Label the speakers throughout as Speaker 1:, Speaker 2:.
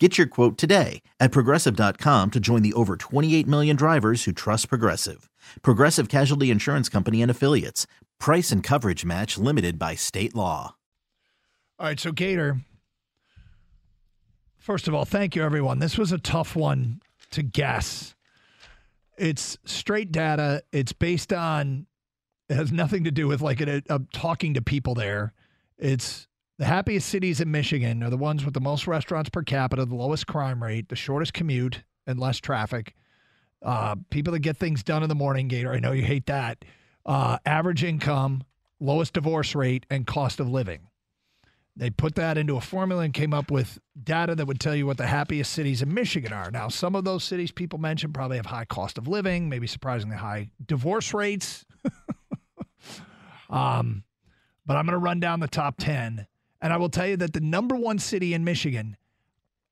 Speaker 1: Get your quote today at progressive.com to join the over 28 million drivers who trust Progressive. Progressive Casualty Insurance Company and Affiliates. Price and coverage match limited by state law.
Speaker 2: All right, so Gator, first of all, thank you, everyone. This was a tough one to guess. It's straight data, it's based on, it has nothing to do with like a, a talking to people there. It's the happiest cities in Michigan are the ones with the most restaurants per capita, the lowest crime rate, the shortest commute, and less traffic. Uh, people that get things done in the morning, Gator, I know you hate that. Uh, average income, lowest divorce rate, and cost of living. They put that into a formula and came up with data that would tell you what the happiest cities in Michigan are. Now, some of those cities people mentioned probably have high cost of living, maybe surprisingly high divorce rates. um, but I'm going to run down the top 10. And I will tell you that the number one city in Michigan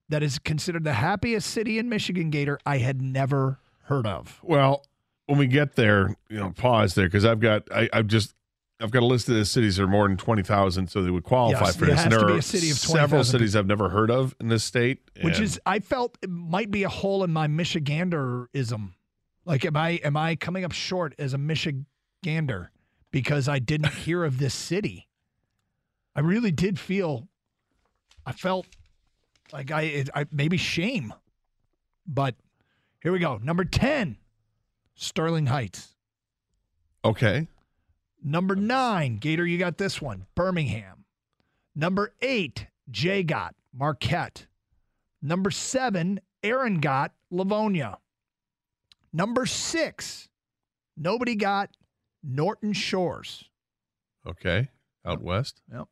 Speaker 2: that is considered the happiest city in Michigan, Gator, I had never heard of.
Speaker 3: Well, when we get there, you know, pause there because I've got I, I've just I've got a list of the cities that are more than twenty thousand, so they would qualify
Speaker 2: Yes,
Speaker 3: for
Speaker 2: it
Speaker 3: this.
Speaker 2: has
Speaker 3: and there
Speaker 2: to be
Speaker 3: are
Speaker 2: a city of 20,000
Speaker 3: several cities I've never heard of in this state,
Speaker 2: which
Speaker 3: and
Speaker 2: is I felt it might be a hole in my Michiganderism. Like, am I am I coming up short as a Michigander because I didn't hear of this city? I really did feel, I felt like I, it, I maybe shame, but here we go. Number ten, Sterling Heights.
Speaker 3: okay.
Speaker 2: Number nine, Gator, you got this one, Birmingham. Number eight, Jay got Marquette. Number seven, Aaron got Livonia. Number six, nobody got Norton Shores.
Speaker 3: Okay. Out west.
Speaker 2: Yep.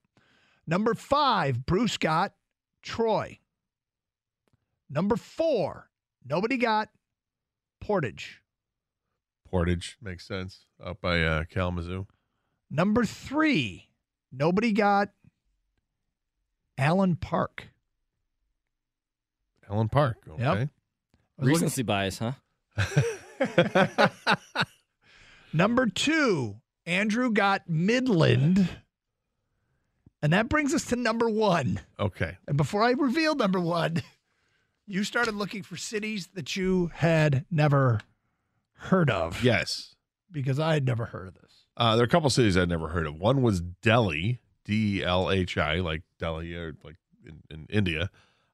Speaker 2: Number five, Bruce got Troy. Number four, nobody got Portage.
Speaker 3: Portage makes sense. Out by uh, Kalamazoo.
Speaker 2: Number three, nobody got Allen Park.
Speaker 3: Allen Park. Okay.
Speaker 2: I was looking-
Speaker 4: Recency bias, huh?
Speaker 2: Number two, Andrew got Midland. And that brings us to number one.
Speaker 3: Okay.
Speaker 2: And before I reveal number one, you started looking for cities that you had never heard of.
Speaker 3: Yes.
Speaker 2: Because I had never heard of this.
Speaker 3: Uh, there are a couple cities I'd never heard of. One was Delhi, D E L H I, like Delhi or like in, in India,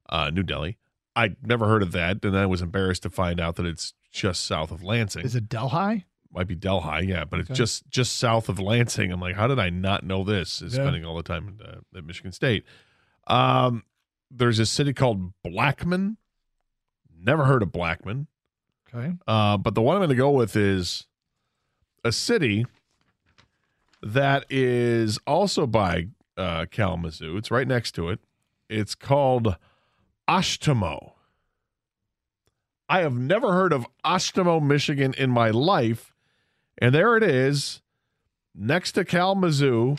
Speaker 3: uh, New Delhi. I'd never heard of that, and I was embarrassed to find out that it's just south of Lansing.
Speaker 2: Is it Delhi?
Speaker 3: Might be Delhi, yeah, but
Speaker 2: Okay.
Speaker 3: it's just just south of Lansing. I'm like, how did I not know this? Is
Speaker 2: Yeah.
Speaker 3: spending all the time in, uh, at Michigan State. Um, there's a city called Blackman. Never heard of Blackman.
Speaker 2: Okay.
Speaker 3: Uh, but the one I'm going to go with is a city that is also by uh, Kalamazoo. It's right next to it. It's called Ashtamo. I have never heard of Ashtamo, Michigan in my life. And there it is, next to Kalamazoo,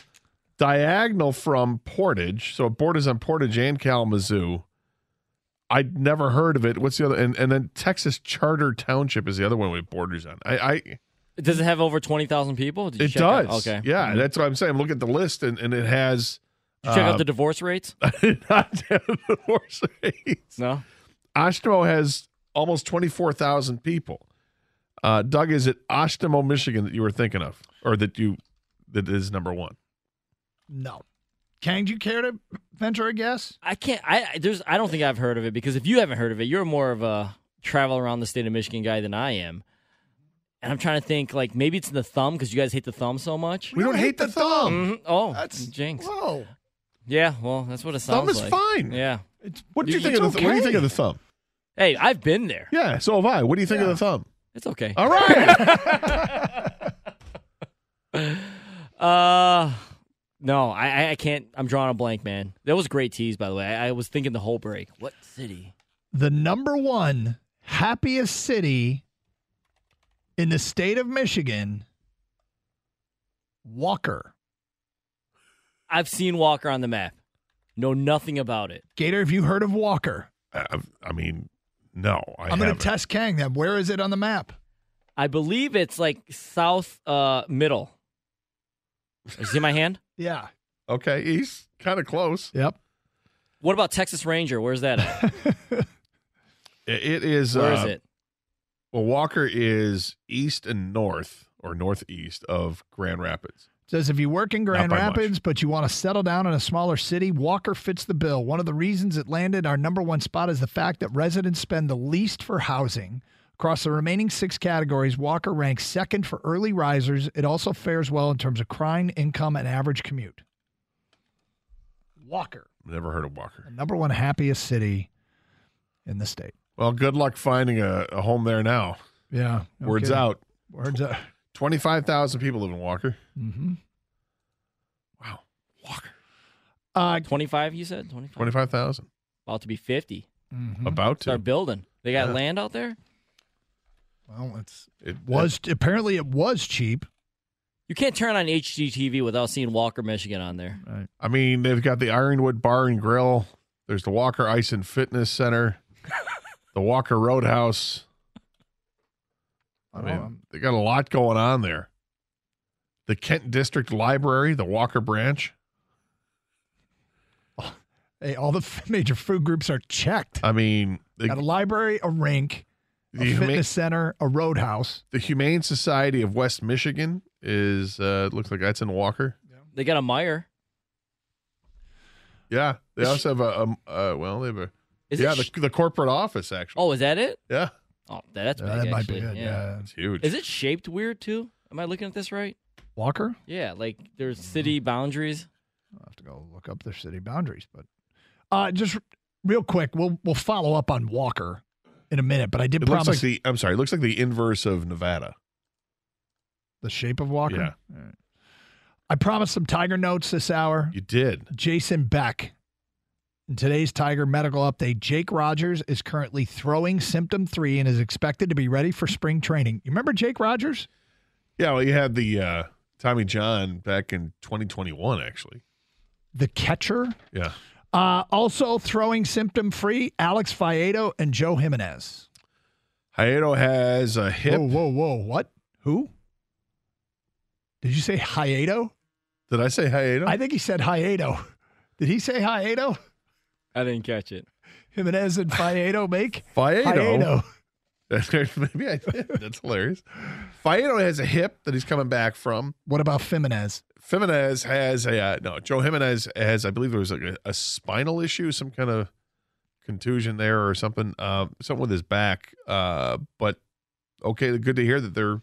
Speaker 3: diagonal from Portage. So it borders on Portage and Kalamazoo. I'd never heard of it. What's the other? And, and then Texas Charter Township is the other one with borders on. I, I
Speaker 4: Does it have over twenty thousand people? Did you
Speaker 3: it
Speaker 4: check out-
Speaker 3: does.
Speaker 4: Okay. Mm-hmm.
Speaker 3: yeah, that's what I'm saying. Look at the list, and, and it has.
Speaker 4: Did you check
Speaker 3: uh,
Speaker 4: out the divorce rates?
Speaker 3: not the horse race.
Speaker 4: No.
Speaker 3: Oshtemo has almost twenty four thousand people. Uh, Doug, is it Oshtemo, Michigan that you were thinking of, or that you that is number one?
Speaker 2: No. Kang, do you care to venture a guess?
Speaker 4: I can't. I I- there's. I don't think I've heard of it because if you haven't heard of it, you're more of a travel around the state of Michigan guy than I am. And I'm trying to think like maybe it's in the thumb because you guys hate the thumb so much.
Speaker 3: We don't hate the thumb.
Speaker 4: Mhm. Oh,
Speaker 2: That's
Speaker 4: jinx.
Speaker 2: Whoa.
Speaker 4: Yeah. Well, that's what it
Speaker 3: Thumb
Speaker 4: sounds
Speaker 3: is
Speaker 4: like.
Speaker 3: fine.
Speaker 4: Yeah.
Speaker 2: It's
Speaker 3: What do you
Speaker 4: You-
Speaker 3: think of the
Speaker 2: it's
Speaker 3: th- What do you think
Speaker 2: okay.
Speaker 3: of the thumb?
Speaker 4: Hey, I've been there.
Speaker 3: Yeah, so have I. What do you think
Speaker 2: Yeah.
Speaker 3: of the thumb?
Speaker 4: It's okay.
Speaker 3: All right.
Speaker 4: Uh, no, I I- I can't. I'm drawing a blank, man. That was a great tease, by the way. I, I was thinking the whole break. What city?
Speaker 2: the number one happiest city in the state of Michigan Walker.
Speaker 4: I've seen Walker on the map. Know nothing about it.
Speaker 2: Gator, have you heard of Walker?
Speaker 3: I, I mean, no, I
Speaker 2: I'm going
Speaker 3: haven't.
Speaker 2: to test Kang them. Where is it on the map?
Speaker 4: I believe it's like south uh middle. You see my hand?
Speaker 2: Yeah.
Speaker 3: okay, he's kind of close.
Speaker 2: Yep.
Speaker 4: What about Texas Ranger? Where's that at?
Speaker 3: I- It is.
Speaker 4: Where
Speaker 3: uh,
Speaker 4: is it?
Speaker 3: Well, Walker is east and north or northeast of Grand Rapids.
Speaker 2: Says if you work in Grand
Speaker 3: by much.
Speaker 2: Rapids, but you want to settle down in a smaller city, Walker fits the bill. One of the reasons it landed our number one spot is the fact that residents spend the least for housing. Across the remaining six categories, Walker ranks second for early risers. It also fares well in terms of crime, income, and average commute. Walker,
Speaker 3: Never heard of Walker.
Speaker 2: the number one happiest city in the state.
Speaker 3: Well, good luck finding a, a home there now.
Speaker 2: Yeah. no
Speaker 3: Words
Speaker 2: kidding.
Speaker 3: out.
Speaker 2: Words out.
Speaker 3: Twenty-five thousand people live in Walker.
Speaker 2: hmm
Speaker 3: Wow, Walker.
Speaker 2: Uh,
Speaker 4: Twenty five, you said? Twenty five?
Speaker 3: Twenty-five thousand.
Speaker 4: About to be fifty.
Speaker 2: mhm.
Speaker 3: About to.
Speaker 4: Start building. They got
Speaker 3: Yeah.
Speaker 4: land out there?
Speaker 2: Well, it's
Speaker 3: It
Speaker 2: was apparently it was cheap.
Speaker 4: You can't turn on HGTV without seeing Walker, Michigan on there.
Speaker 3: I mean, they've got the Ironwood Bar and Grill. There's the Walker Ice and Fitness Center, the Walker Roadhouse.
Speaker 2: I
Speaker 3: I
Speaker 2: don't know.
Speaker 3: mean, Oh, they got a lot going on there. The Kent District Library, the Walker Branch.
Speaker 2: Hey, all the f- major food groups are checked.
Speaker 3: I mean, Uh, the,
Speaker 2: Got a library, a rink, a
Speaker 3: the, Huma-
Speaker 2: fitness center, a roadhouse.
Speaker 3: the Humane Society of West Michigan is uh looks like that's in Walker.
Speaker 4: They got a Meyer.
Speaker 3: Yeah, they
Speaker 4: Is-
Speaker 3: also have a, a uh, well, they have a
Speaker 4: Is
Speaker 3: yeah
Speaker 4: it
Speaker 3: the, the corporate office actually.
Speaker 4: Oh, is that it?
Speaker 3: Yeah,
Speaker 4: Oh, that- that's big,
Speaker 2: Uh, that might
Speaker 4: actually.
Speaker 2: be it. Yeah.
Speaker 3: it's huge.
Speaker 4: Is it shaped weird too? Am I looking at this right?
Speaker 2: Walker.
Speaker 4: Yeah, like there's
Speaker 2: Mm-hmm.
Speaker 4: city boundaries.
Speaker 2: I'll have to go look up their city boundaries, but uh, just r- real quick, we'll we'll follow up on Walker in a minute. But I did
Speaker 3: It looks
Speaker 2: promise
Speaker 3: like
Speaker 2: the-,
Speaker 3: the I'm sorry, it looks like the inverse of Nevada.
Speaker 2: shape of Walker.
Speaker 3: Yeah.
Speaker 2: All right. I promised some Tiger notes this hour.
Speaker 3: You did.
Speaker 2: Jason Beck. In today's Tiger medical update, Jake Rogers is currently throwing symptom three and is expected to be ready for spring training. You remember Jake Rogers?
Speaker 3: Yeah, well, you had the uh, Tommy John back in 2021, actually.
Speaker 2: The catcher.
Speaker 3: Yeah,
Speaker 2: Uh, also throwing symptom free, Alex Fiedo and Joe Jimenez.
Speaker 3: Hayato has a hip.
Speaker 2: Whoa, whoa, whoa. What? Who? Did you say Hiedo?
Speaker 3: Did I say Hayato?
Speaker 2: I think he said Hiedo. Did he say Hiedo?
Speaker 4: I didn't catch it.
Speaker 2: Jimenez and Fiedo make
Speaker 3: Fiedo.
Speaker 2: Hiedo.
Speaker 3: Maybe I did. That's hilarious. Fiedo has a hip that he's coming back from.
Speaker 2: What about Jimenez?
Speaker 3: Jimenez has a uh, no. Joe Jimenez has, I believe, there was like a, a spinal issue, some kind of contusion there or something, uh, something with his back. Uh, but okay, good to hear that they're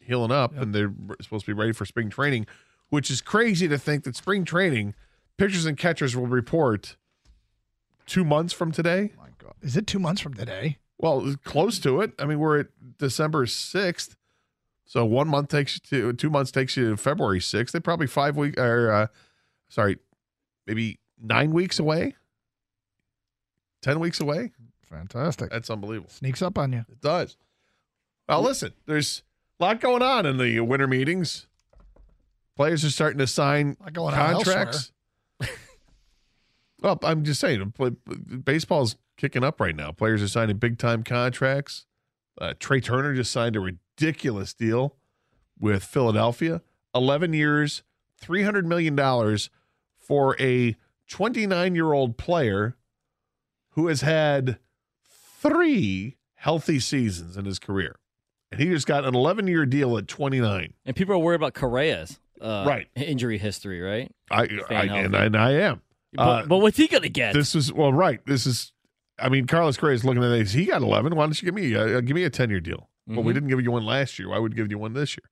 Speaker 3: healing up and they're supposed to be ready for spring training, which is crazy to think that spring training pitchers and catchers will report two months from today.
Speaker 2: my God. Is it two months from today?
Speaker 3: Well, close to it. I mean, we're at December sixth, so one month takes you to two months takes you to February sixth. They're probably five week or uh, sorry, maybe nine weeks away, ten weeks away.
Speaker 2: Fantastic.
Speaker 3: That's unbelievable.
Speaker 2: Sneaks up on you.
Speaker 3: It does. Well, listen, there's a lot going on in the winter meetings. Players are starting to sign
Speaker 2: Not going on
Speaker 3: contracts. well, I'm just saying, play- baseball's kicking up right now. Players are signing big time contracts. Uh, Trey Turner just signed a ridiculous deal with Philadelphia, 11 years, 300 million dollars for a 29 year old player who has had three healthy seasons in his career, and he just got an 11 year deal at 29.
Speaker 4: And people are worried about Correa's uh,
Speaker 3: Right.
Speaker 4: injury history, right?
Speaker 3: I, I
Speaker 4: healthy.
Speaker 3: and, I and I am.
Speaker 4: But,
Speaker 3: Uh,
Speaker 4: but what's he gonna get?
Speaker 3: This is well, right. This is. I mean, Carlos Gray is looking at this. He got eleven. Why don't you give me uh, give me a ten year deal? Well, we
Speaker 4: Mhm.
Speaker 3: didn't give you one last year. Why would we give you one this year?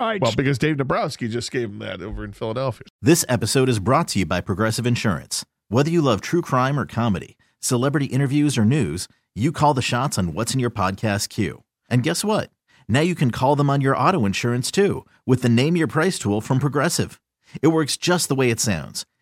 Speaker 2: All right.
Speaker 3: Well, because Dave Dabrowski just gave him that over in Philadelphia.
Speaker 1: This episode is brought to you by Progressive Insurance. Whether you love true crime or comedy, celebrity interviews or news, you call the shots on what's in your podcast queue. And guess what? Now you can call them on your auto insurance too with the Name Your Price tool from Progressive. It works just the way it sounds.